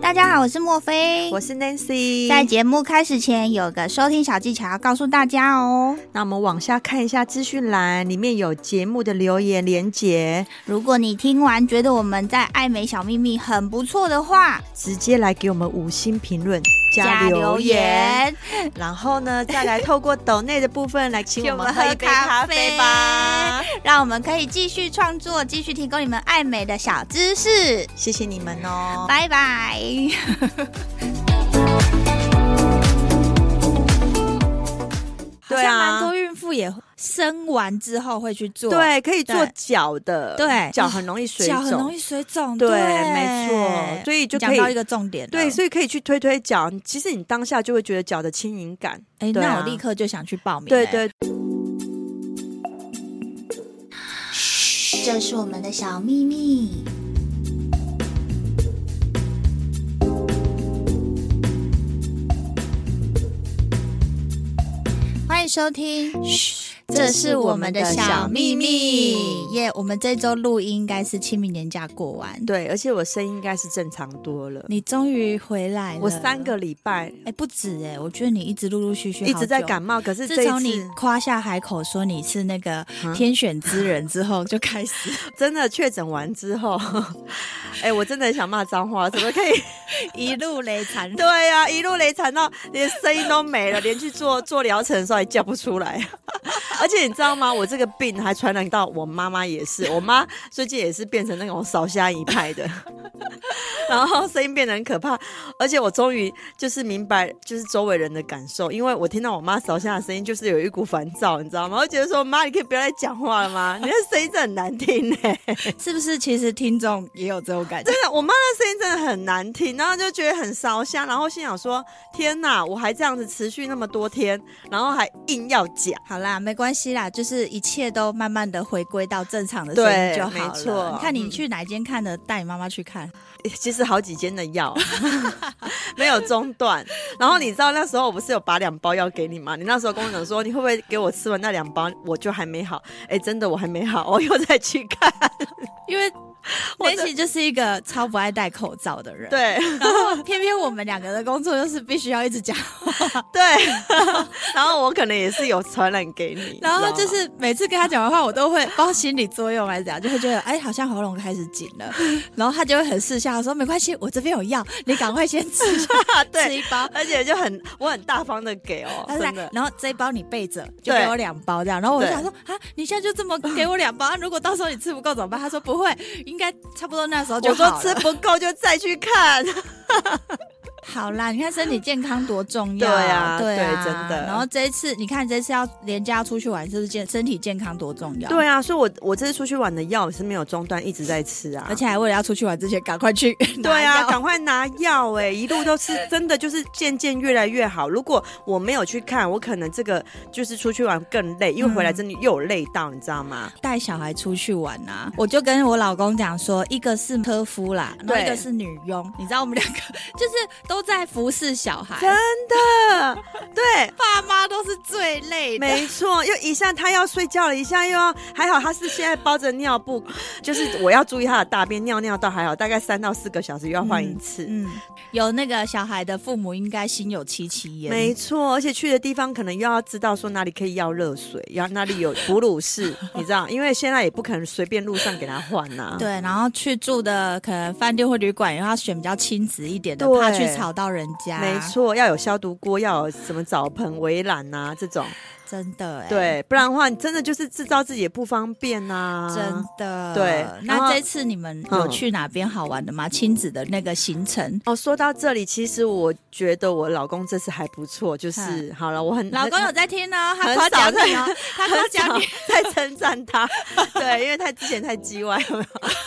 大家好，我是莫菲。我是 Nancy。在节目开始前，有个收听小技巧要告诉大家哦。那我们往下看一下资讯栏，里面有节目的留言连结，如果你听完觉得我们在爱美小秘密很不错的话，直接来给我们五星评论留言，。然后呢，再来透过抖内的部分来请请我我们们喝喝一一杯杯咖咖啡啡吧。让我们可以继续创作，继续提供你们爱美的小知识。谢谢你们哦。拜拜。 好对啊像蛮多孕妇也生完之后会去做，，对，啊可以做对脚的，对脚很容易水脚很容肿，易水肿，对，对，没错，所以就可讲到一以。个重点了，对，所以可以去推推脚。其实你当下就会觉得脚的轻盈感。哎，对啊那我立刻就想去报名，对哎，对，这是我们的小秘密。欢迎收听，这是我们的小秘密耶我们这周录音应该是清明年假过完，对，而且我声音应该是正常多了。你终于回来了，我三个，礼拜哎，不止哎，我觉得你一直陆陆续续一直在好久感。冒，可是这自一从你次夸下海口说你是那个嗯天选之人之后，就开 始真的确诊完之后， 哎，我真的很想骂脏话，怎么可以？一路雷残对呀、一路雷惨到连声音都没了，连去做做疗程的时候还叫不出来。 而且你知道吗？我这个病还传染到我妈妈也是，我妈最近也是变成那种扫虾一派的， 然后声音变得很可怕。而且我终于就是明白，就是周围人的感受，因为我听到我妈扫虾的声音，就是有一股烦躁，你知道吗？我就觉得说妈，你可以不要再讲话了吗？你的声音真的很难听哎、是不是？其实听众也有这种感觉，真的，我妈的声音真的很难听，然后就觉得很烧香，然后心想说：天哪，我还这样子持续那么多天，然后还硬要讲。 好啦，没关系啦，就是一切都慢慢的回归到正常的声音对就好了。没错嗯你看你去哪一间看的，带你妈妈去看，其实好几间的药 没有中断，然后你知道那时候我不是有把两包药给你吗？你那时候跟我讲说，你会不会给我吃完那两包，我就还没好？哎、真的我还没好，我又再去看。因为我这 Nancy 就是一个超不爱戴口罩的人。。对然后偏偏我们两个的工作就是必须要一直讲，对，然后我可能也是有传染给你，然后你知道吗就是每次跟他讲的话，我都会不知道心理作用还是怎样，就会觉得哎，好像喉咙开始紧 了，然后他就会很识相，说没关系，我这边有药，你赶快先吃，吃 对，一包，而且就很我很大方的给哦，他就真的来，。然后这一包你备着，就对给我两包这样。然后我就对想说啊，你现在就这么给我两包，啊如果到时候你吃不够怎么办？他说不会，应该差不多那时候就我哦说好吃了。不够就再去看，好啦，你看身体健康多重要，对啊对啊，对真的然后这一次，你看这一次要连家出去玩，是不是健身体健康多重要？ 对。啊，所以我我这次出去玩的药是没有中断，一直在吃啊，而且还为了要出去玩之前，赶快去拿对啊，药赶快拿药哎、一路都是真的，就是渐渐越来越好。如果我没有去看，我可能这个就是出去玩更累，因为回来真的又有累到，你知道吗？带小孩出去玩啊，我就跟我老公讲说，一个是科夫啦，然后对一个是女佣，你知道我们两个 就是都在服侍小 孩，真的，对，爸妈都是最累的。 没错，又一下他要睡觉了，一下又要还好，他是现在包着尿布，就是我要注意他的大便尿尿倒还好，大概三到四个小时又要换一次。嗯，有那个小孩的父母应该心有戚戚焉。没错，而且去的地方可能又要知道说哪里可以要热水，要哪里有哺 乳室，你知道，因为现在也不可能随便路上给他换啊呐、嗯对，然后去住的可能饭店或旅馆，然后选比较亲子一点的，对怕去吵到人家。没，错，要有消毒锅，要有什么澡盆、围栏呐这种，真的哎、，对，不然的话，你真的就是制造自己也不方便啊呐、真的。对然后嗯那这次你们有去哪边好玩的吗？亲子的那个行程？哦，说到这里，其实我觉得我老公这次还不错，就是好了，我很老公有在听哦，他嗯很夸少奖你哦，他夸很奖少你。 在称赞他，对，因为他之前太叽歪了，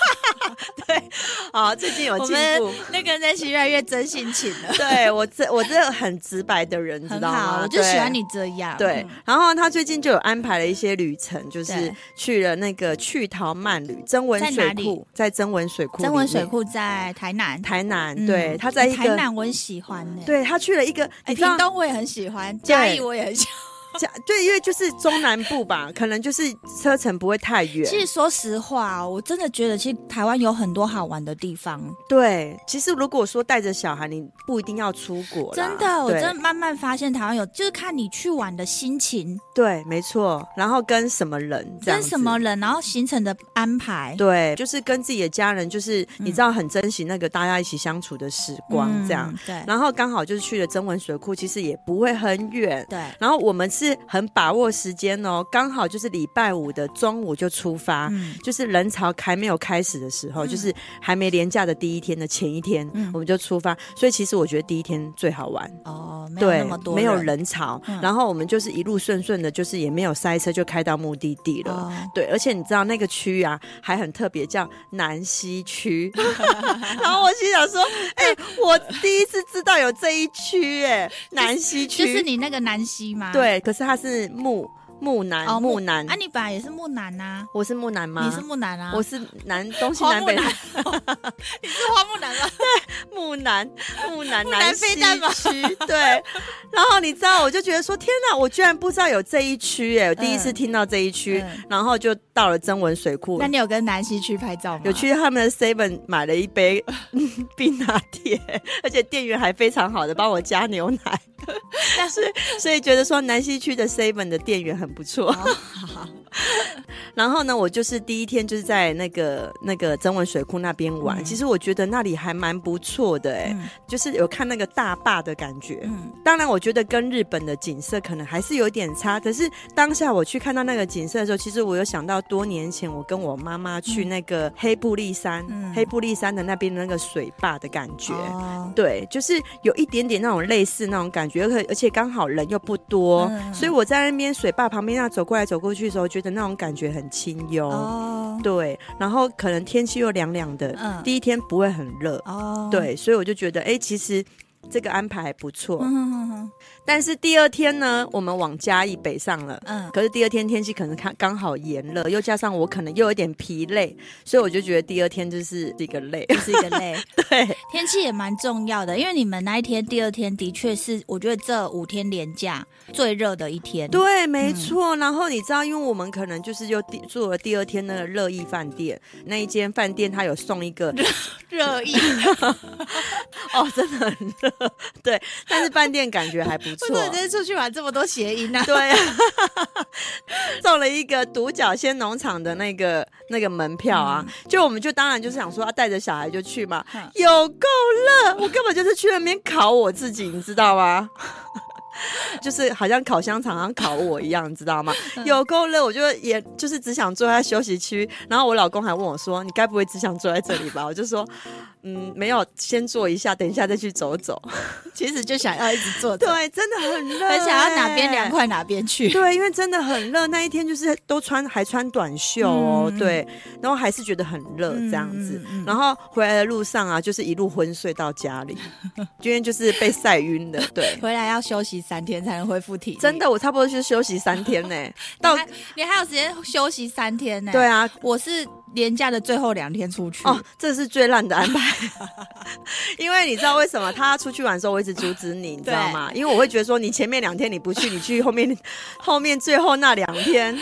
对，好，最近有我进们步。那个人越来越真性情 了，对我这我这很直白的人，知很道吗好，？我就喜欢对。你这样。对嗯，然后他最近就有安排了一些旅程，就是对去了那个去陶曼旅增文在水哪里库，在增文水库，曾文水，库在台南，台南，嗯对，他在一台个，南我很喜欢呢、对他去了一个，哎，你知道屏东我也很喜欢，对嘉义我也很喜欢。这对，因为就是中南部吧，可能就是车程不会太远。其实说实话哦，我真的觉得其实台湾有很多好玩的地方，对，其实如果说带着小孩，你不一定要出国啦，真的，我对真的慢慢发现台湾有，就是看你去玩的心情对，没错。然后跟什么人，这样跟子什么人，然后行程的安排。对，就是跟自己的家人，就是你知道很珍惜那个大家一起相处的时光，嗯这样。对然后刚好就是去了曾文水库，其实也不会很远。对，然后我们是很把握时间哦，刚好就是礼拜五的中午就出发，嗯就是人潮还没有开始的时候，就是还没廉假的第一天的前一天，嗯我们就出发。所以其实我觉得第一天最好玩，哦，没有对，那么多，没有。人潮，嗯然后我们就是一路顺顺的，就是也没有塞车，就开到目的地了。哦对，而且你知道那个区啊，还很特别，叫南 溪区。然后我心想说，哎、我第一次知道有这一区、哎，南溪区就是你那个南溪吗？，对，可是它是木木南、哦，木南，啊，你本来也是木南呐，我是木南吗？你是木南啊，我是南东西花南木北兰，你 是花木兰吗？木南木南木南南西飞弹吗区，对。然后你知道，我就觉得说，天哪，我居然不知道有这一区哎，我第一次听到这一区嗯，然后就到了曾文水库那，你有跟南溪去拍照吗？有去他们的 Seven 买了一杯冰拿铁，而且店员还非常好的帮我加牛奶，但是所以觉得说南西区的 Seven 的店员很不错。 然后呢，我就是第一天就是在那个那个曾文水库那边玩，其实我觉得那里还蛮不错的哎、嗯就是有看那个大坝的感觉。嗯当然，我觉得跟日本的景色可能还是有点差。可是当下我去看到那个景色的时候，其实我有想到多年前我跟我妈妈去那个黑布利山，嗯黑布利山的那边的那个水坝的感觉。哦对，就是有一点点那种类似那种感觉，而且而且刚好人又不多，嗯所以我在那边水坝旁边那走过来走过去的时候，觉得那种感觉很清幽。哦对，然后可能天气又凉凉的，嗯第一天不会很热，哦，对，所以我就觉得，哎、其实这个安排还不错。嗯，嗯嗯但是第二天呢，我们往嘉义北上了。嗯，可是第二天天气可能看刚好炎热，又加上我可能又有点疲累，所以我就觉得第二天 就是一个累。嗯是一个累。对天气也蛮重要的，因为你们那一天、第二天的确是，我觉得这五天连假最热的一天。，对，没错。然后你知道，因为我们可能就是又第住了第二天那个热意饭店，那一间饭店它有送一个热议，哦，真的很热，对，但是饭店感觉还不错。不是这次出去玩这么多谐音啊？ 对、啊，送了一个独角仙农场的那个那个门票啊，就我们就当然就是想说啊带着小孩就去嘛，嗯有够热，我根本就是去那边烤我自己，你知道吗？ 就是好像烤香肠，好像烤我一样，你知道吗？嗯有够热，我就也就是只想坐在休息区。然后我老公还问我说：“你该不会只想坐在这里吧？”我就说：“嗯，没有，先坐一下，等一下再去走走。 其实就想要一直坐”着，对，真的很热、欸很想要哪边快。凉快哪边去。 对，因为真的很热，那一天就是都穿还穿短袖哦，嗯对，然后还是觉得很热这样子。嗯嗯嗯然后回来的路上啊，就是一路昏睡到家里，今天就是被晒晕的，对。回来要休息三天才能恢复体力， 真的，我差不多就是休息三天呢、你 到还你还有时间休息三天呢、对，啊，我是年假的最后两天出去。哦，这是最烂的安排， 因为你知道为什么他出去玩的时候，我一直阻止你，你知道吗？因为我会觉得说，你前面两天你不去，你去后面后面最后那两天，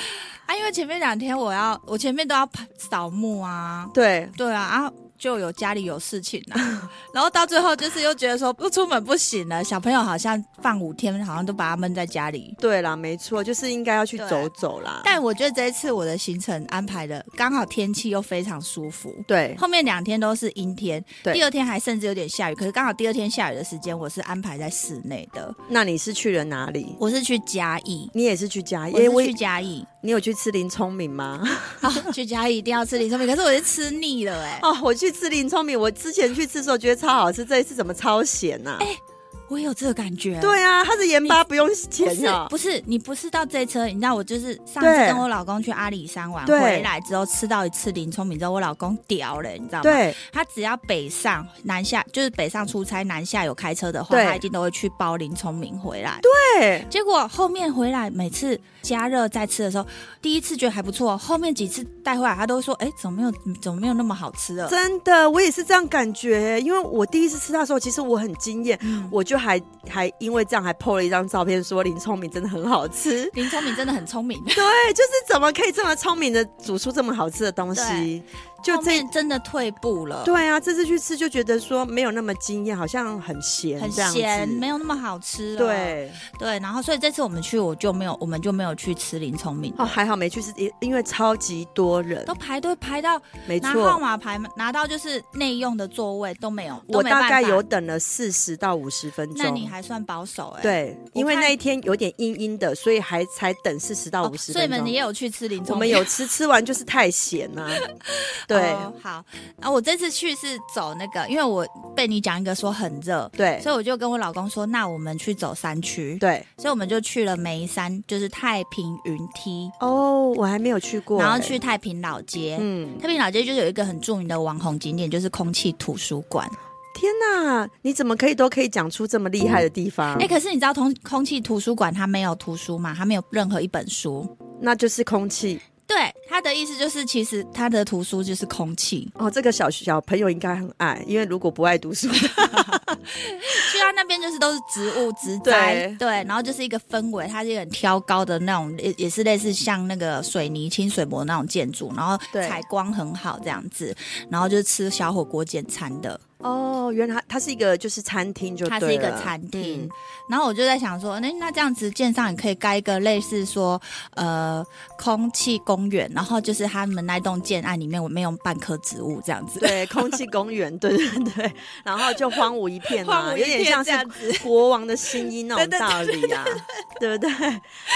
啊，因为前面两天我要，我前面都要拍扫墓啊，对，对啊，啊。就有家里有事情 啊，然后到最后就是又觉得说不出门不行了，小朋友好像放五天，好像都把他闷在家里。对啦，没错，就是应该要去对走走啦。但我觉得这一次我的行程安排的刚好天气又非常舒服，对，后面两天都是阴天，对第二天还甚至有点下雨，可是刚好第二天下雨的时间我是安排在室内的，那你是去了哪里？我是去嘉义。你也是去嘉义？哎我是诶我去嘉义你有去吃林聪明吗？啊， 去嘉义一定要吃林聪明，可是我是吃腻了哎、哦，我去吃林聪明，我之前去吃的时候觉得超好吃，这一次怎么超咸呐、我也有这个感觉。对啊，它的盐巴不用不钱是啊。不是，你不是到这一车，你知道我就是上次对跟我老公去阿里山玩，对回来之后吃到一次林聪明之后，我老公屌了，你知道吗？，对他只要北上南下，就是北上出差南下有开车的话，对他一定都会去包林聪明回来。对，结果后面回来，每次加热再吃的时候，第一次觉得还不错，后面几次带回来，他都说：“哎，怎么没有，怎么没有那么好吃了嗯真的，我也是这样感觉。因为我第一次吃它的时候，其实我很惊艳，我就还还因为这样还 PO 了一张照片，说林聪明真的很好 吃。林聪明真的很聪明，对，就是怎么可以这么聪明的煮出这么好吃的东西对？就后这面真的退步了，对啊，这次去吃就觉得说没有那么惊艳，好像很咸，很这样子咸，没有那么好吃了。对，对，然后所以这次我们去，我就没有，我们就没有去吃林聪明的哦，还好没去吃，因因为超级多人都，排队排到没拿号错。码牌拿到就是内用的座位都没有，都我没办大法概有，等了四十到五十分钟，那你还算保守哎、对，因为那一天有点阴阴的，所以还才等四十到哦，五十所以分你钟。们也有去吃林我聪们明，有吃，吃完就是太咸 啦、对、哦好，然后我这次去是走那个，因为我被你讲一个说很热，对所以我就跟我老公说，那我们去走山区，对。所以我们就去了眉山，就是太平云梯，哦，我还没有去过、然后欸去太平老街。嗯，太平老街就是有一个很著名的网红景点，就是空气图书馆。天哪，你怎么可以都可以讲出这么厉害的地方？哎、可是你知道空空气图书馆它没有图书嘛？它没有任何一本书。那就是空气对，他的意思就是，其实他的图书就是空气。哦。这个小小朋友应该很爱，因为如果不爱读书，去到那边就是都是植物植栽，对对然后就是一个氛围，它是一个很挑高的那种，也也是类似像那个水泥清水模那种建筑，然后对采光很好这样子，然后就是吃小火锅简餐的，哦，原来它它是一个就是餐厅就嗯它是对一个了餐厅。嗯然后我就在想说，那那这样子建上也可以盖一个类似说，呃，空气公园，然后就是他们那栋建案里面我没有半棵植物这样 子，对，空气公园，对对对，然后就荒芜一片嘛， 荒芜一有点片像这样是国王的新衣那种对对道理啊，对不对？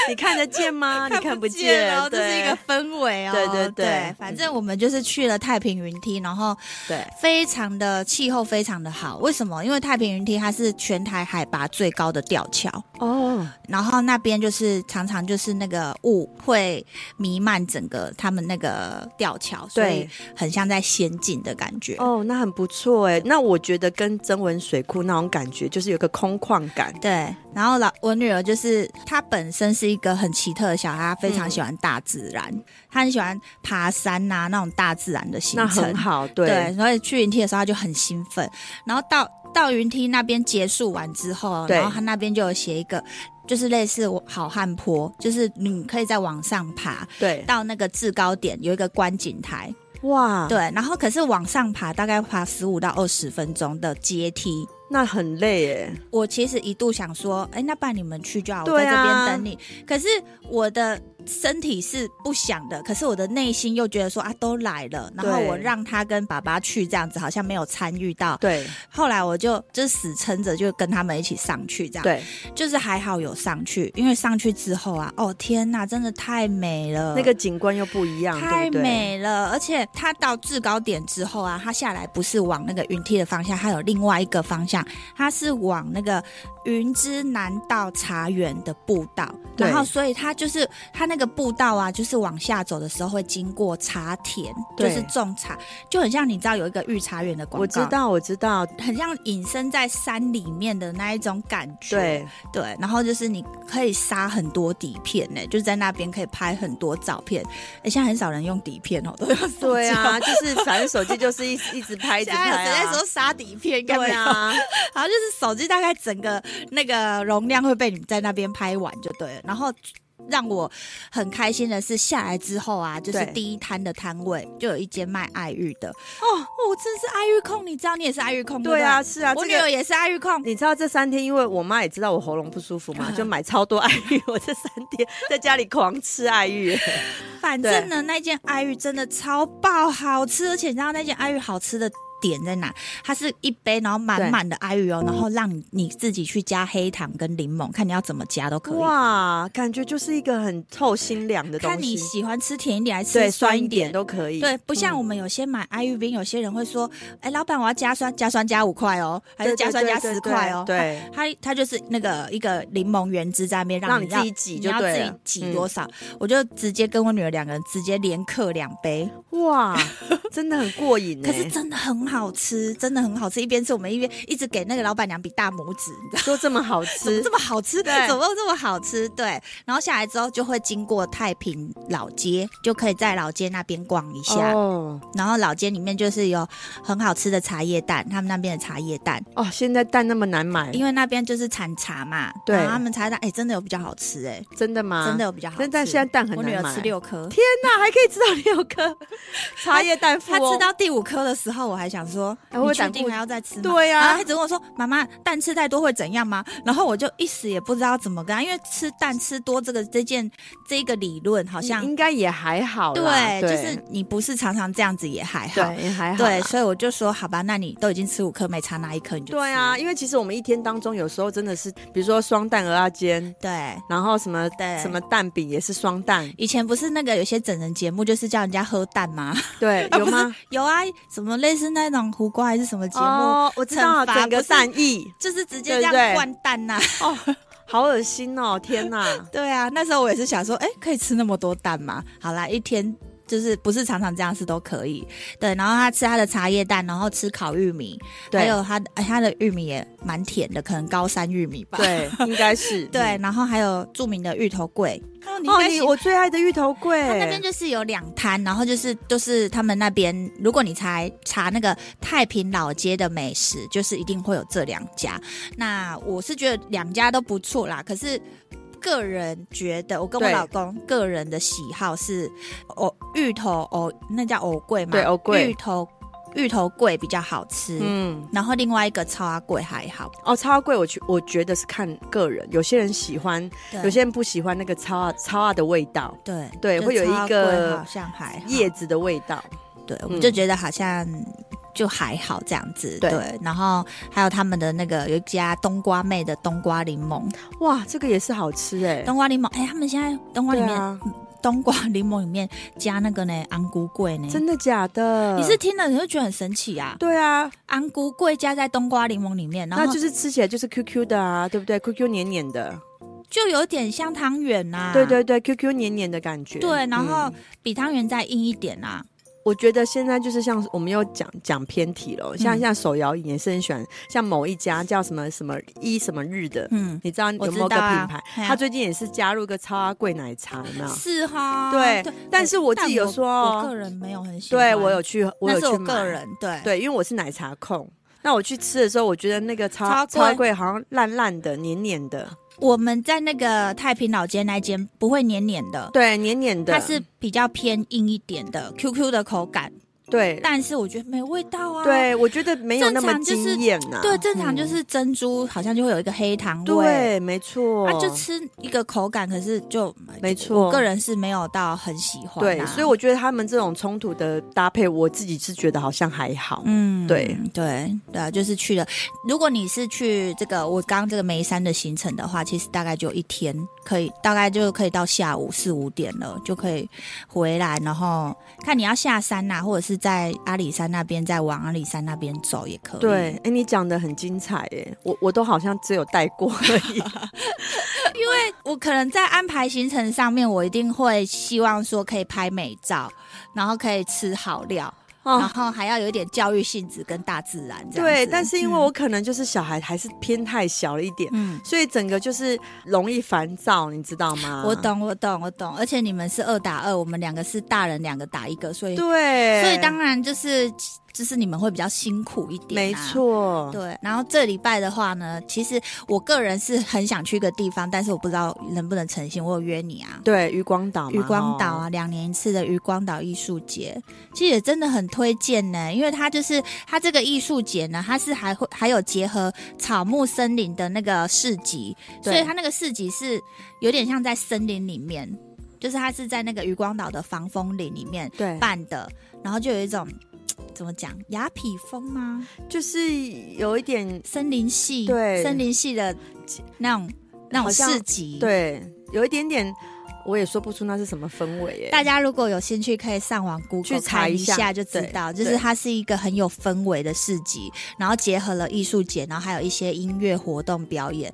你看得 见吗？你看不见，哦，这是一个对氛围哦。对对对反正我们就是去了太平云梯，然后对非常的气候非常的好。为什么？因为太平云梯它是全台海拔最高的吊桥，哦，然后那边就是常常就是那个雾会弥漫整个他们那个吊桥，所以对很像在仙境的感觉。哦，那很不错哎。那我觉得跟曾文水库那种感觉，就是有个空旷感。对，然后老我女儿就是她本身是一个很奇特的小孩，她非常喜欢大自然，她很喜欢爬山呐、那种大自然的行那程很。好，对对，所以去云梯的时候他就很兴奋，然后到到云梯那边结束完之后，对然后他那边就有写一个，就是类似好汉坡，就是你可以再往上爬对到那个制高点有一个观景台，哇，对，然后可是往上爬大概爬十五到二十分钟的阶梯。那很累哎。我其实一度想说，哎，那不然你们去就好，我对在这啊边等你。可是我的身体是不想的，可是我的内心又觉得说啊，都来了，然后对我让他跟爸爸去，这样子好像没有参与到。对后来我就就是死撑着，就跟他们一起上去，这样，对，就是还好有上去，因为上去之后啊，哦天呐，真的太美了，那个景观又不一样，太对不对美了，而且它到制高点之后啊，它下来不是往那个云梯的方向，它有另外一个方向，它是往那个云之南道茶园的步道，对然后所以它就是它那个步道啊，就是往下走的时候会经过茶田，就对是种茶，就很像你知道有一个御茶园的广告，我知，道，我知道，很像隐身在山里面的那一种感觉，对，对，然后就是你可以杀很多底片呢、就是在那边可以拍很多照片。哎，现在很少人用底片哦，都用手机对啊，哦。就是反正手机就 是一直一直拍，一直现在有拍谁在啊。说杀底片？应该没对有。啊， 然后就是手机大概整个那个容量会被你在那边拍完就对了。然后让我很开心的是，下来之后啊，就是对第一摊的摊位就有一间卖爱玉的。哦，我真是爱玉控，你知道你也是爱玉控对啊，不是啊，我这女儿个。也是爱玉控。你知道这三天，因为我妈也知道我喉咙不 舒服嘛，就买超多爱玉。我这三天在家里狂吃爱玉，反正呢，那件爱玉真的超爆好吃，而且你知道那件爱玉好吃的点在哪？它是一杯，然后满满的爱玉哦，然后让你你自己去加黑糖跟柠檬，看你要怎么加都可以。哇，感觉就是一个很透心凉的东西。看你喜欢吃甜一点还是对吃酸酸一一点点。嗯都可以。嗯对，不像我们有些买爱玉冰，有些人会说：“哎，老板，我要加酸，加酸加五块哦，还是对对加酸对加对十对块哦？” 对，它它就是那个一个柠檬原汁在那边，让你你要自己挤你就要对自己了挤多少，我就直接跟我女儿两个人直接连刻两杯，嗯哇，真的很过瘾 欸。可是真的很好吃，真的很好吃。一边吃我们一边一直给那个老板娘比大拇指，你知道说这么好怎么 吃这，么好吃，对怎么这么好吃？对，然后下来之后就会经过太平老街，就可以在老街那边逛一下。哦然后老街里面就是有很好吃的茶叶蛋，他们那边的茶叶蛋，哦，现在蛋那么难买，因为那边就是产茶嘛，对然后他们茶叶蛋哎、真的有比较好吃哎、真的吗？真的有比较好吃。但但现在蛋很我难女买儿吃六颗，天哪，还可以吃到六颗茶叶蛋哦富 她翁吃到第五颗的时候，我还想说，哎你我确胆定固还要再吃吗？对啊然后她一直问我说：“妈妈，蛋吃太多会怎样吗？”然后我就一时也不知道怎么跟她，因为吃蛋吃多这个这件这个理论好像应该也还好啦，对，就是你不是常常这样子也还好。对也还好啦，对，所以我就说好吧，那你都已经吃五颗，没差那一颗你就吃对啊，因为其实我们一天当中有时候真的是，比如说双蛋鹅啊煎，对。然后什么对什么蛋饼也是双蛋， 以前不是那个有些整人节目，就是叫人家喝蛋吗？ 对，有吗？有啊，什么类似那种胡瓜还是什么节目，哦，我知道惩罚整不个是蛋液，就是直接这对对样灌蛋啊呐、，哦，好恶心哦！天哪对啊，那时候我也是想说，哎，可以吃那么多蛋吗？好啦，一天就是不是常常这样吃都可以。对，然后他吃他的茶叶蛋，然后吃烤玉米，对还有他的哎他的玉米也蛮甜的，可能高山玉米吧。对，应该是 嗯对，然后还有著名的芋头柜。哦，你哦，你我最爱的芋头柜，他那边就是有两摊，然后就是就是他们那边，如果你查查那个太平老街的美食，就是一定会有这两家。那我是觉得两家都不错啦，可是。个人觉得，我跟我对老公个人的喜好是，藕芋头藕那叫藕桂嘛，对藕桂芋头芋头桂比较好吃，嗯，然后另外一个超阿桂还好，哦，超贵，我觉我觉得是看个人，有些人喜欢，对有些人不喜欢那个超啊超啊的味道，对对就会有一超阿个桂好像还好叶子的味道，对，我们嗯就觉得好像就还好这样子。对然后还有他们的那个有一家冬瓜妹的冬瓜柠檬，哇，这个也是好吃哎，冬瓜柠檬，哎、他们现在冬瓜里对面、嗯啊，冬瓜柠檬里面加那个呢安菇桂呢，真的假的？你是听了你会觉得很神奇啊，对啊，安菇桂加在冬瓜柠檬里面，然那后就就是吃起来就是 QQ 的啊，对不对？QQ 黏黏的，就有点像汤圆呐、对对对，QQ 黏黏的感觉。啊对，然后嗯比汤圆再硬一点啊，我觉得现在就是像我们又讲讲偏题了，像嗯像手摇饮也是很喜欢，像某一家叫什么什么一什么日的，嗯，你知道有我没知有个道啊品牌？嘿啊他最近也是加入个超阿贵奶茶，有没有？是哈，啊对但是我但自己有说哦我个人没有很喜欢，对我有去，我那有是去我买个人对。对，因为我是奶茶控。那我去吃的时候，我觉得那个超超嗯超贵阿贵好像烂烂的、黏黏的，我们在那个太平老街那间不会黏黏的，对，黏黏的，它是比较偏硬一点的 QQ 的口感，对但是我觉得没味道啊。对，我觉得没有那么正常就是惊艳呐、对，正常就嗯是珍珠好像就会有一个黑糖味，对，没错，啊，就吃一个口感，可是就没错我个人是没有到很喜欢、啊。对，所以我觉得他们这种冲突的搭配，我自己是觉得好像还好。嗯，对对对啊，就是去了。如果你是去这个我刚刚这个眉山的行程的话，其实大概就一天，可以大概就可以到下午四五点了，就可以回来，然后看你要下山呐、或者是在阿里山那边再往阿里山那边走也可以。对，，哎，你讲的很精彩耶，我我都好像只有带过而已。我可能在安排行程上面，我一定会希望说可以拍美照，然后可以吃好料，然哦，后还要有一点教育性质跟大自然这样 对，子但是因为我可能就是小孩还是偏太小了一点，嗯。所以整个就是容易烦躁，你知道吗？我。懂，我懂，我懂。而且你们是二打二，我们两个是大人，两个打一个，所以对，所以当啊然就是就是你们会比较辛苦一点、啊没。错，对，然后这礼拜的话呢，其实我个人是很想去一个地方，但是我不知道能不能成行。我有约你啊，对，渔光岛嘛，渔光岛哦，啊，两年一次的渔光岛艺术节，其实也真的很推荐呢，因为它就是它这个艺术节呢，它是还会还有结合草木森林的那个市集，所对以它那个市集是有点像在森林里面，就是它是在那个渔光岛的防风林里面对，办的，然后就有一种。怎么讲？雅痞风吗？就是有一点森林系，对森林系的那种那种好像市集，对，有一点点，我也说不出那是什么氛围耶。大家如果有兴趣，可以上网 Google 去查看一下下就知道，就是对它是一个很有氛围的市集，然后结合了艺术节，然后还有一些音乐活动表演。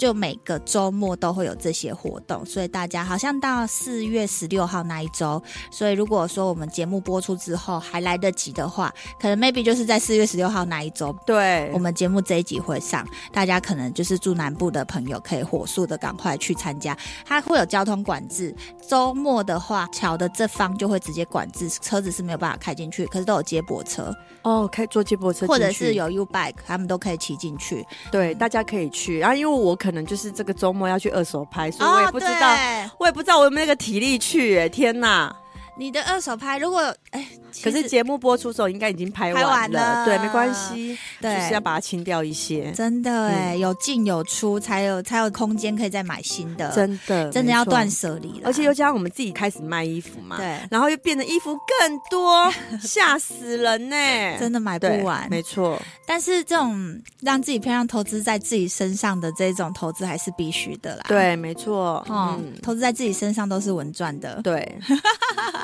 就每个周末都会有这些活动，所以大家好像到四月十六号那一周，所以如果说我们节目播出之后还来得及的话，可能 maybe 就是在四月十六号那一周，对我，们节目这一集会上，大家可能就是住南部的朋友可以火速的赶快去参加，它会有交通管制，周末的话桥的这方就会直接管制，车子是没有办法开进去，可是都有接驳车哦，开坐接驳车进去，或者是有 U bike，他们都可以骑进去，对，嗯大家可以去。然、后因为我可能就是这个周末要去二手拍，所以我也不知道，哦对我也不知道我有没有那个体力去、哎，天哪！你的二手拍，如果哎，可其是实节目播出的时候应该已经拍完拍完了对，没关系，就对是要把嗯它清掉一些，真的哎、有进有出，才有才有空间可以再买新的，真的真的要断舍，舍离了，而且又加上我们自己开始卖衣服嘛，，对，然后又变得衣服更 多，吓死人呢、真的买不对完，啊没错，但是这种让自己漂亮投资在自己身上的这种投资还是必须的啦。，对，没错，哦、嗯，投资在自己身上都是稳赚的。 对，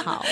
好，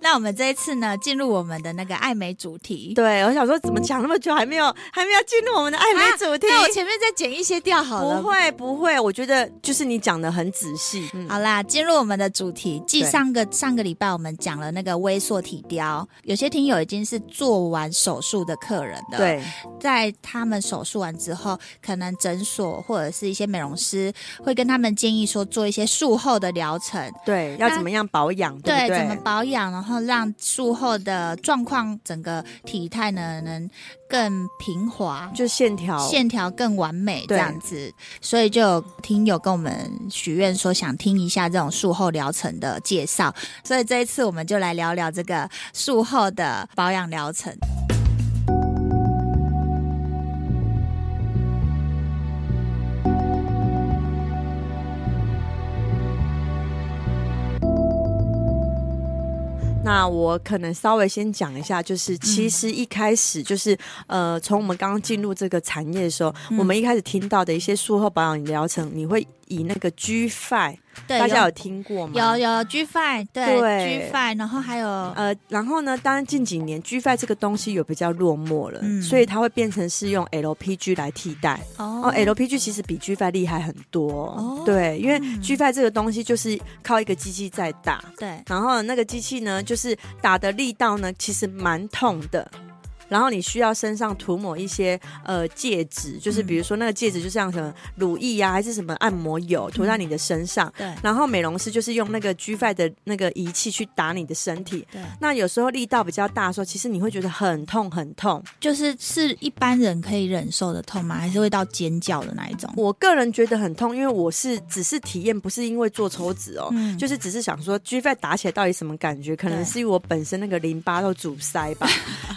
那我们这一次呢，进入我们的那个爱美主题。对，我想说怎么讲那么久还没有还没有进入我们的爱美啊主题。那我前面再剪一些掉好了。不会不会，我觉得就是你讲的很仔细。嗯好啦，进入我们的主题。继对上个上个礼拜我们讲了那个微缩体雕，有些听友已经是做完手术的客人了。，对，在他们手术完之后，可能诊所或者是一些美容师会跟他们建议说做一些术后的疗程，对，要那怎么样保养，对对不怎么对？保养，然后让术后的状况整个体态呢能更平滑。就线条，线条更完美这对样子，所以就有听友跟我们许愿说想听一下这种术后疗程的介绍，所以这一次我们就来聊聊这个术后的保养疗程。那我可能稍微先讲一下，嗯就是其实一开始就是、呃，从我们刚刚进入这个产业的时候，嗯我们一开始听到的一些术后保养疗程，你会以那个 G Five，对，大家有有听过吗？有有 G Five 对对 G Five，然后还有呃，然后呢，当然近几年 G Five 这个东西有比较落寞了，嗯所以它会变成是用 LPG 来替代。哦哦，LPG 其实比 G Five 厉害很多，哦对，因为 G Five 这个东西就是靠一个机器在打，对然后那个机器呢，就是打的力道呢，其实蛮痛的。然后你需要身上涂抹一些呃介质，就是比如说那个介质就像什么乳液啊，还是什么按摩油，涂在你的身上。对然后美容师就是用那个 G Five 的那个仪器去打你的身体。对，那有时候力道比较大的时候，其实你会觉得很痛很痛。就是是一般人可以忍受的痛吗？还是会到尖叫的那一种？我个人觉得很痛，因为我是只是体验，不是因为做抽脂哦，嗯就是只是想说 G f 打起来到底什么感觉？可能对是因为我本身那个淋巴都阻塞 吧，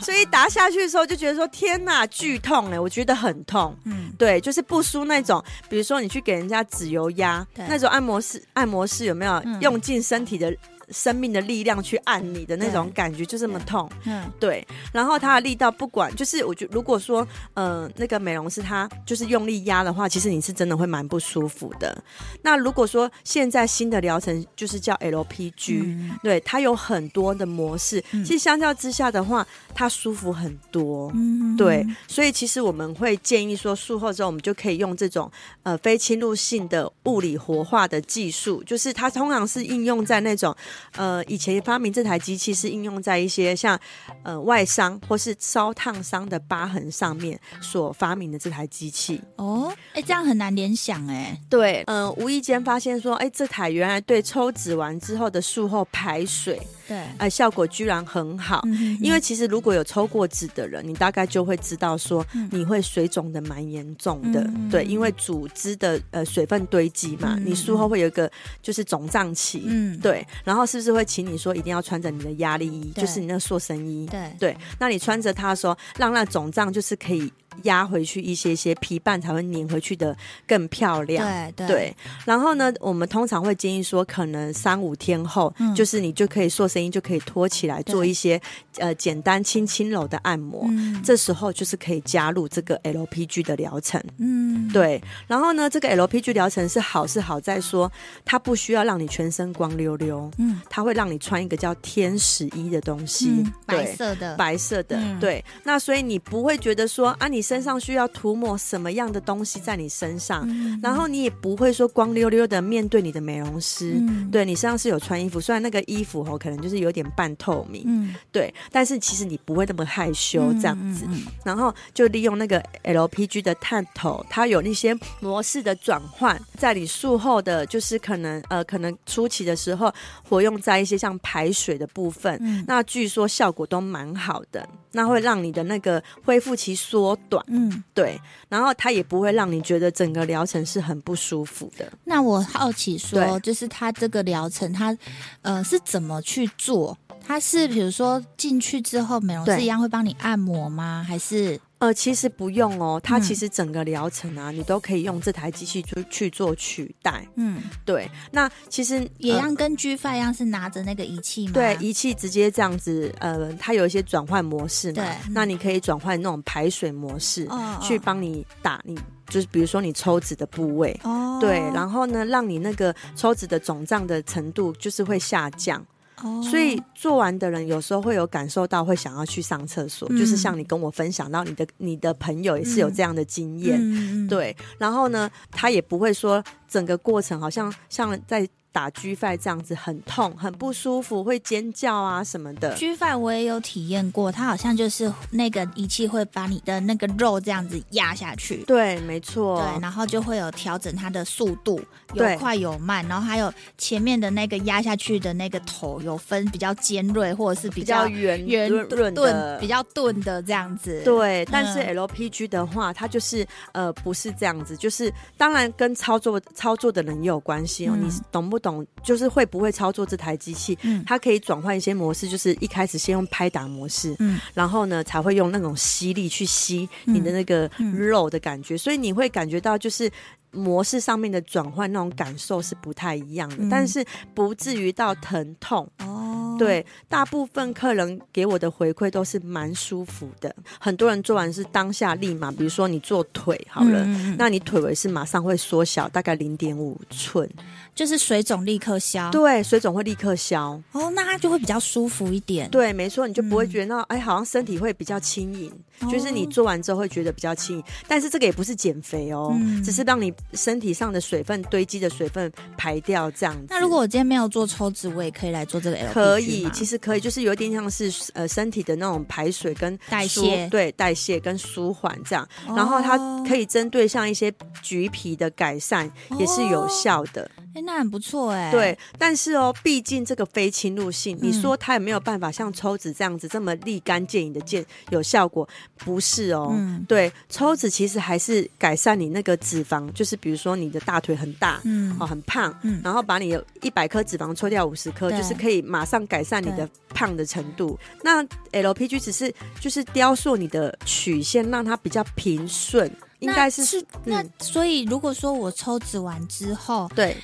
所以打下去的时候就觉得说天哪，剧痛哎、我觉得很痛。嗯，对，就是不输那种，比如说你去给人家指油压，对那种按摩师，按摩师有没有、嗯用尽身体的生命的力量去按你的那种对感觉，就这么痛。嗯，对，然后它的力道不管，就是我觉得如果说，呃，那个美容师他就是用力压的话，其实你是真的会蛮不舒服的。那如果说现在新的疗程就是叫 LPG，、嗯对，它有很多的模式，嗯其实相较之下的话，它舒服很多。嗯对，所以其实我们会建议说，术后之后我们就可以用这种呃非侵入性的物理活化的技术，就是它通常是应用在那种呃以前发明这台机器是应用在一些像呃外伤或是烧烫伤的疤痕上面所发明的这台机器。哦，哎、这样很难联想哎、对，嗯、无意间发现说，哎，这台原来对抽脂完之后的术后排水，对，呃，效果居然很好。嗯因为其实如果有抽过脂的人，你大概就会知道说嗯你会水肿的蛮严重的，嗯对，因为组织的呃水分堆积嘛，嗯你术后会有一个就是肿胀期，嗯，对，然后是不是会请你说一定要穿着你的压力衣，对就是你那个塑身衣，对对，那你穿着它的时候，让那肿胀就是可以压回去一些些，皮瓣才会粘回去的更漂亮。对对对，然后呢，我们通常会建议说，可能三五天后，嗯就是你就可以塑身衣就可以脱起来，对做一些呃简单轻轻柔的按摩。嗯这时候就是可以加入这个 LPG 的疗程，嗯，对。然后呢，这个 LPG 疗程是好是好在说，它不需要让你全身光溜溜，嗯它会让你穿一个叫天使衣的东西，嗯，对白色的，白色的，嗯对。那所以你不会觉得说啊，你身上需要涂抹什么样的东西在你身嗯上，然后你也不会说光溜溜的面对你的美容师，嗯对你身上是有穿衣服，虽然那个衣服哦可能就是有点半透明，嗯，对，但是其实你不会那么害羞嗯这样子，嗯嗯然后就利用那个 LPG 的探头，它有那些模式的转换，在你术后的，就是可能呃，可能初期的时候活用在一些像排水的部分，嗯那据说效果都蛮好的，那会让你的那个恢复期缩短，嗯，对，然后它也不会让你觉得整个疗程是很不舒服的。那我好奇说，对就是他这个疗程，他呃是怎么去做？他是比如说进去之后，美容师对一样会帮你按摩吗？还是呃，其实不用哦，它嗯其实整个疗程啊，你都可以用这台机器就去做取代。嗯，对，那其实也呃一样跟 G 发一样是拿着那个仪器吗？对，仪器直接这样子，呃，它有一些转换模式嘛对，那你可以转换那种排水模式，哦去帮你打你，就是比如说你抽脂的部位，哦，对，然后呢，让你那个抽脂的肿胀的程度就是会下降，哦所以做完的人有时候会有感受到会想要去上厕所，嗯就是像你跟我分享到你的你的朋友也是有这样的经验，嗯，对，然后呢，他也不会说整个过程好像像在打 G 5这样子很痛、很不舒服，会尖叫啊什么的。 G 发我也有体验过，它好像就是那个仪器会把你的那个肉这样子压下去。对，没错，对，然后就会有调整它的速度，有对快有慢，然后还有前面的那个压下去的那个头有分比较尖锐或者是比比较较圆圆润润钝、的比。较钝的这样子。，对，但是嗯 LPG 的话，它就是呃不是这样子，就是当然跟操作操作的人也有关系哦。嗯你懂不懂？就是会不会操作这台机器？嗯它可以转换一些模式，就是一开始先用拍打模式，嗯然后呢才会用那种吸力去吸你的那个嗯肉的感觉，所以你会感觉到就是。模式上面的转换那种感受是不太一样的，嗯但是不至于到疼痛。哦，对，大部分客人给我的回馈都是蛮舒服的。很多人做完是当下立马，比如说你做腿好了，嗯嗯嗯那你腿围是马上会缩小，大概零点五寸，就是水肿立刻消。，对，水肿会立刻消。哦，那它就会比较舒服一点。对，没错，你就不会嗯觉得那、哎，好像身体会比较轻盈，哦，就是你做完之后会觉得比较轻盈，但是这个也不是减肥哦，嗯只是让你身体上的水分堆积的水分排掉这样子。那如果我今天没有做抽脂，我也可以来做这个 LPG 可以，吗其实可以，就是有一点像是呃身体的那种排水跟代舒谢对代谢跟舒缓这样，然后它哦可以针对像一些橘皮的改善也是有效的，哎、那很不错哎、，对。但是哦，毕竟这个非侵入性，你嗯说它也没有办法像抽脂这样子这么立竿见影的见有效果，不是哦。嗯对，抽脂其实还是改善你那个脂肪，就是比如说你的大腿很大，嗯哦，很胖，嗯然后把你一百颗脂肪抽掉五十颗，对就是可以马上改善你的胖的程度。那 LPG 只是就是雕塑你的曲线，让它比较平顺，应该是那是、嗯那，所以如果说我抽脂完之后，对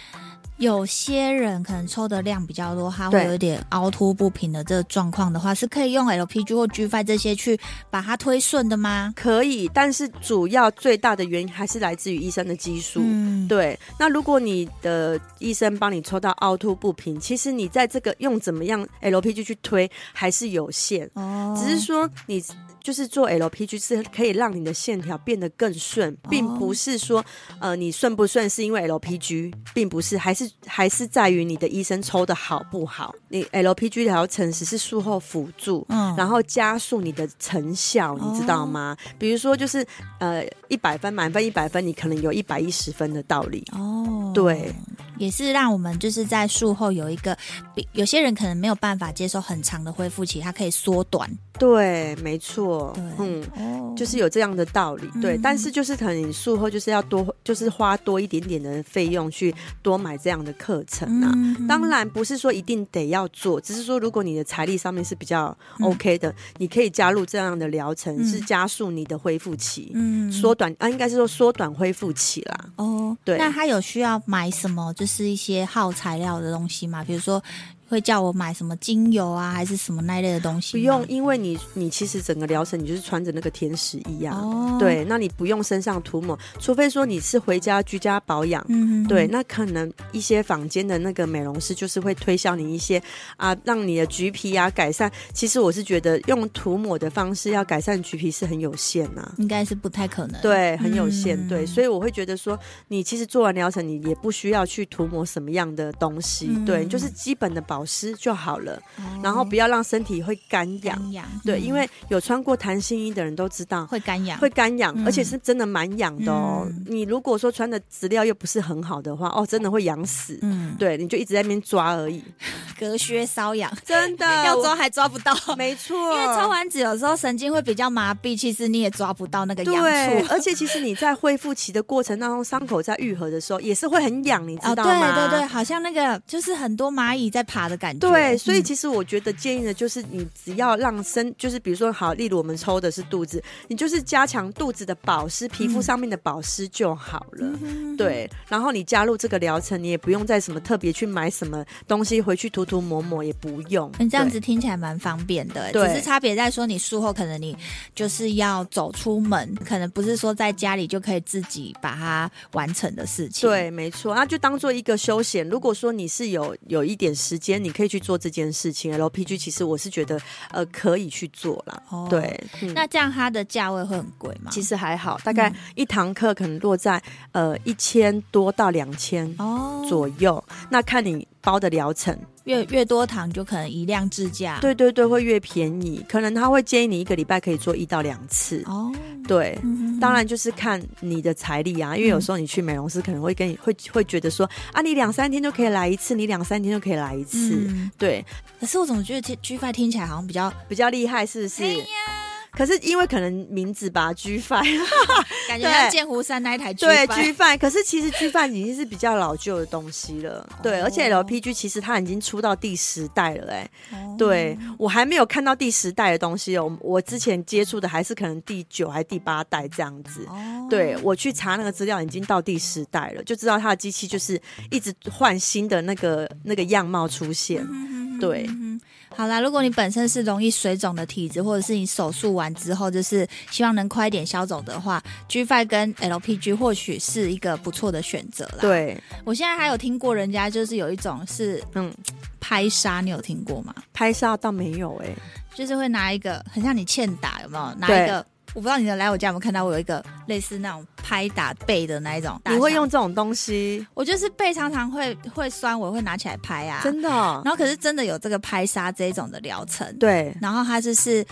有些人可能抽的量比较多，他会对有一点凹凸不平的这个状况的话，是可以用 LPG 或 G 5这些去把它推顺的吗？可以。但是主要最大的原因还是来自于医生的激素。嗯，对，那如果你的医生帮你抽到凹凸不平，其实你在这个用怎么样 LPG 去推还是有限，哦，只是说你就是做 LPG 是可以让你的线条变得更顺，并哦不是说呃你顺不顺是因为 LPG，并不是，还是还是在于你的医生抽的好不好。你 LPG 疗程只是术后辅助。嗯，然后加速你的成效，你知道吗？哦比如说，就是呃，一百分满分一百分，你可能有一百一十分的道理。哦，对，也是让我们就是在术后有一个，比有些人可能没有办法接受很长的恢复期，它可以缩短。对，没错对，嗯，哦就是有这样的道理，对。但嗯是就是可能你术后就是要多，就是花多一点点的费用去多买这样的课程啊。嗯当然不是说一定得要做，只是说如果你的财力上面是比较 OK 的，你可以加入这样的疗程，嗯是加速你的恢复期，嗯缩短啊，应该是说缩短恢复期啦。哦，对那他有需要买什么，就是一些耗材料的东西吗？比如说会叫我买什么精油啊，还是什么那一类的东西？不用，，因为你你其实整个疗程你就是穿着那个天使衣啊，哦，，对，那你不用身上涂抹，除非说你是回家居家保养。嗯，对，那可能一些坊间的那个美容师就是会推销你一些啊，让你的橘皮啊改善。其实我是觉得用涂抹的方式要改善橘皮是很有限呐、应该是不太可能。，对，很有限。嗯对，所以我会觉得说，你其实做完疗程，你也不需要去涂抹什么样的东西，对，嗯就是基本的保湿就好了，然后不要让身体会干痒。哦干痒，对，嗯因为有穿过弹性衣的人都知道。会干痒，会干痒，嗯而且是真的蛮痒的哦。嗯你如果说穿的质料又不是很好的话，哦，真的会痒死。嗯，对，你就一直在那边抓而 已，隔靴搔痒，真的要抓我还抓不到。没啊错，因为抽完脂有时候神经会比较麻痹，其实你也抓不到那个痒对，处。而且其实你在恢复期的过程当中，伤口在愈合的时候也是会很痒，你知哦，道对吗？对对，好像那个就是很多蚂蚁在爬的感觉。对，所以嗯其实我觉得建议的就是，你只要让身，就是比如说好，例如我们抽的是肚子，你就是加强肚子的保湿，皮嗯肤上面的保湿就好了。对，然后你加入这个疗程，你也不用再什么特别去买什么东西回去涂涂抹抹，也不用。嗯你这样对子听起来蛮方便的、欸，对只是差别在说你术后可能你就是要走出门，可能不是说在家里就可以自己把它完成的事情。对，没错，那就当做一个休闲。如果说你是有有一点时间，你可以去做这件事情。LPG 其实我是觉得，呃，可以去做啦。哦对，嗯那这嗯样它的价位会很贵吗？其实实还好，大概一堂课可能落在呃一千多到两千哦，左右，那看你包的疗程。越越多堂就可能一量制价。对对对，会越便宜，可能他会建议你一个礼拜可以做一到两次。哦，对。嗯哼当然就是看你的财力啊，因为有时候你去美容师可能会跟你会会觉得说啊，你两三天就可以来一次，你两三天就可以来一次，嗯对，可是我怎么觉得 G G Five 听起来好像比较哎比较厉害是不是？可是因为可能名字吧，G Five， 感觉像剑湖山那一台 G 对 Five， G Five，可是其实 G Five 已经是比较老旧的东西了，对，而且哦 LPG 其实它已经出到第十代了、哎、对我还没有看到第十代的东西哦，我之前接触的还是可能第九还第八代这样子。哦，对我去查那个资料，已经到第十代了，就知道它的机器就是一直换新的那个那个样貌出嗯现。对，好啦，如果你本身是容易水肿的体质，或者是你手术完之后就是希望能快一点消肿的话，G Five 跟 LPG 或许是一个不错的选择啦。，对，我现在还有听过人家就是有一种是嗯，拍痧，你有听过吗？拍摄倒没有哎、就是会拿一个很像你欠打有没有？拿对一个。我不知道你的来我家有没有看到，我有一个类似那种拍打背的那一种。你会用？这种东西？我就是背常常会会酸，我会拿起来拍啊。真的哦、然后可是真的有这个拍痧这一种的疗程，对然后他就是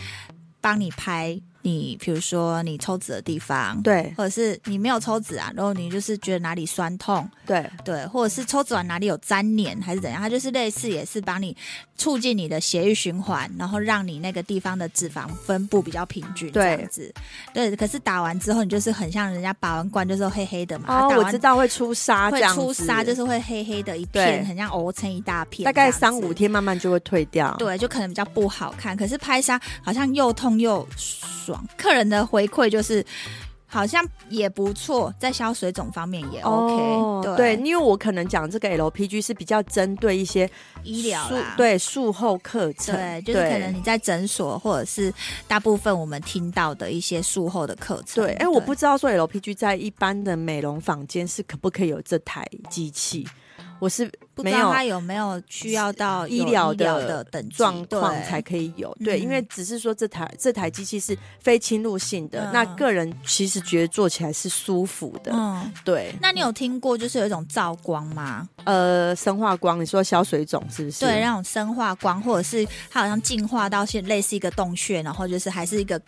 帮你拍你，比如说你抽脂的地方，，对或者是你没有抽脂啊，然后你就是觉得哪里酸痛，对，对，或者是抽脂完哪里有粘连还是怎样，它就是类似也是帮你促进你的血液循环，然后让你那个地方的脂肪分布比较平均，对这样子，对。可是打完之后，你就是很像人家拔完罐就是黑黑的嘛，哦啊打，我完知道会出痧，这会样出子痧，就是会黑黑的一对片，很像熬成一大片，大这概样三子五天慢慢就会退掉。，对，就可能比较不好看。可是拍痧好像又痛又爽，客人的回馈就是好像也不错，在消水肿方面也 OK、哦对，对，因为我可能讲这个 LPG 是比较针对一些医疗术啦，对术后课程，对，就是可对能你在诊所或者是大部分我们听到的一些术后的课程。对，哎，我不知道说 LPG 在一般的美容房间是可不可以有这台机器，哦我是不没知道有他有没有需要到医有疗医的疗的等级状况对才可以有。对，嗯因为只是说这台这台机器是非侵入性的，嗯那个人其实觉得做起来是舒服的。嗯。对，那你有听过就是有一种照光吗？呃，生化光，你说消水肿是不是？对，那种生化光，或者是它好像进化到现类似一个洞穴，然后就是还是一个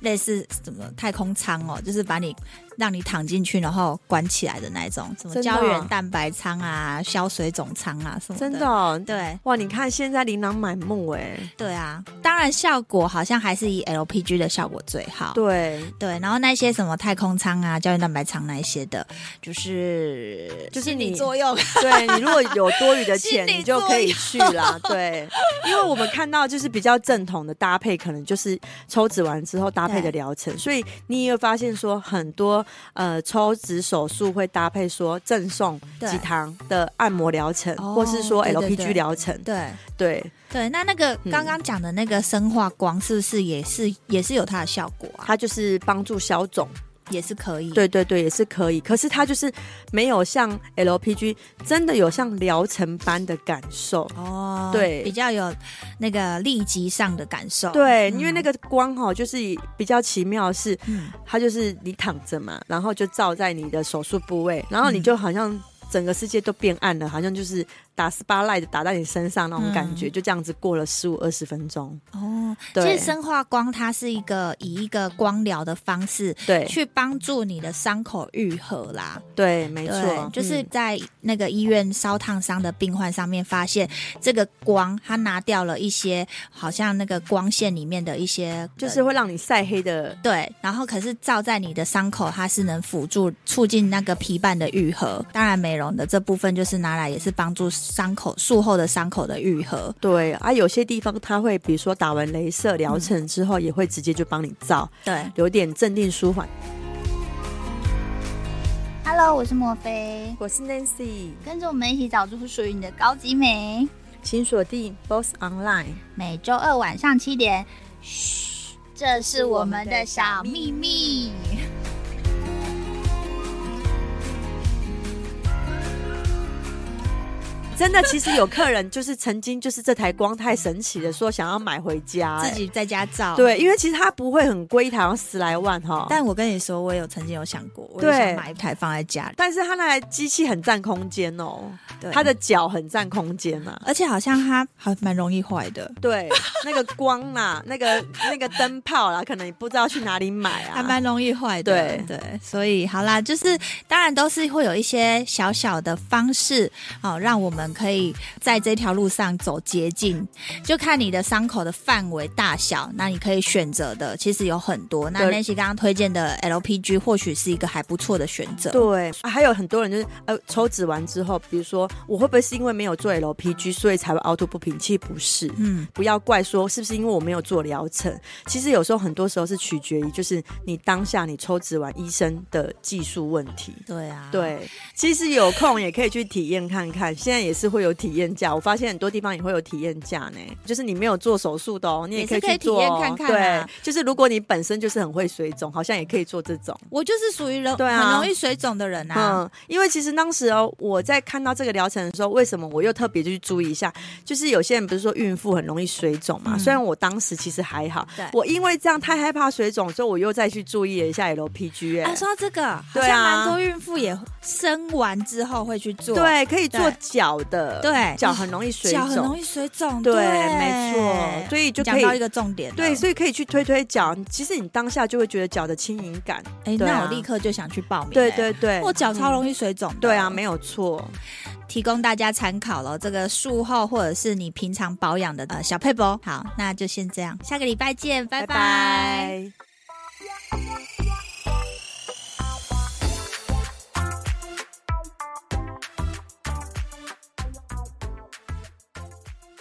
类似什么太空舱哦，就是把你让你躺进去，然后关起来的那一种，什么真的啊胶原蛋白舱啊、消水肿舱啊什么真的、哦，对哇！你看现在琳琅满目哎，对啊，当然效果好像还是以 LPG 的效果最好。对，对，然后那些什么太空舱啊、胶原蛋白舱那一些的，就是就是心理你作 用， 对你如果有多余的心钱，理你就可以去啦。对，因为我们看到就是比较正统的搭配，可能就是抽脂完之后搭配的疗程，所以你也会发现说很多呃抽脂手术会搭配说赠送对几堂的按摩疗程，程，哦或是说对对 LPG 对疗程，对对对，那那个嗯刚刚讲的那个生化光，是不是也是也是有它的效果啊？它就是帮助消肿，也是可以。对对对，也是可以。可是它就是没有像 LPG 真的有像疗程般的感受。哦，对比较有那个立即上的感受。对，嗯因为那个光哈、就是比较奇妙的是，嗯它就是你躺着嘛，然后就照在你的手术部位，然后你嗯就好像整个世界都变暗了，好像就是打 SPA light 打在你身上那种感觉，嗯就这样子过了十五二十分钟。哦，其对实生化光它是一个以一个光疗的方式对去帮助你的伤口愈合啦。对，没错对，，就是嗯在那个医院烧烫伤的病患上面发现，这个光它拿掉了一些好像那个光线里面的一些就是会让你晒黑的。对，然后可是照在你的伤口，它是能辅助促进那个皮瓣的愈合。当然，美容的这部分就是拿来也是帮助伤口术后的伤口的愈合。对啊，有些地方它会，比如说打完镭射疗程之后，也会直接就帮你照，对有点镇定舒缓。 Hello，我是莫菲，我是 Nancy，跟着我们一起找出属于你的高级美。请锁定 Boss Online。每周二晚上七点，嘘，这是我们的小秘密。真的，其实有客人就是曾经就是这台光太神奇了，说想要买回 家、自己在家照。哎。对，因为其实它不会很贵，一台好像十来万哈。但但我跟你说，我有曾经有想过，我就对想买一台放在家里。但是它那台机器很占空间哦，对它的脚很占空 间呐、而且好像它还蛮容易坏的，对，那个光呐、那个那个灯泡啊啦，可能你不知道去哪里买啊。还蛮容易坏的。对对，所以好啦，就是当然都是会有一些小小的方式，哦，让我们可以在这条路上走捷径，就看你的伤口的范围大小，那你可以选择的其实有很多。那对那些刚刚推荐的 LPG 或许是一个还不错的选择。对、啊还有很多人就是呃，抽脂完之后，比如说我会不会是因为没有做 LPG，所以才会凹凸不平？其实不是，嗯，不要怪说是不是因为我没有做疗程。其实有时候很多时候是取决于就是你当下你抽脂完医生的技术问题。对啊，。对，其实有空也可以去体验看看，现在也是会有体验价，我发现很多地方也会有体验价呢。就是你没有做手术的哦，你也可以是可以去做、哦、体验看看啊对，就是如果你本身就是很会水肿，好像也可以做这种。我就是属于人、对啊很容易水肿的人啊，嗯，因为其实当时哦，我在看到这个疗程的时候，为什么我又特别就去注意一下？就是有些人不是说孕妇很容易水肿嘛，嗯虽然我当时其实还好对，我因为这样太害怕水肿，所以我又再去注意了一下 LPG、哎啊，说到这个，好对像啊蛮多孕妇也生完之后会去做，对，可以做对脚的，对脚很容易水脚很肿容。易水肿，对对，没错所以就可以讲到一个嗯重点了，对，所以可以去推推脚。其实你当下就会觉得脚的轻盈感。哎，对啊那我立刻就想去报名，对哎，对对，嗯我脚超容易水肿的，哦对啊，没有错。提供大家参考了，这个术后或者是你平常保养的呃小配博，好，那就先这样，下个礼拜见，拜拜。拜拜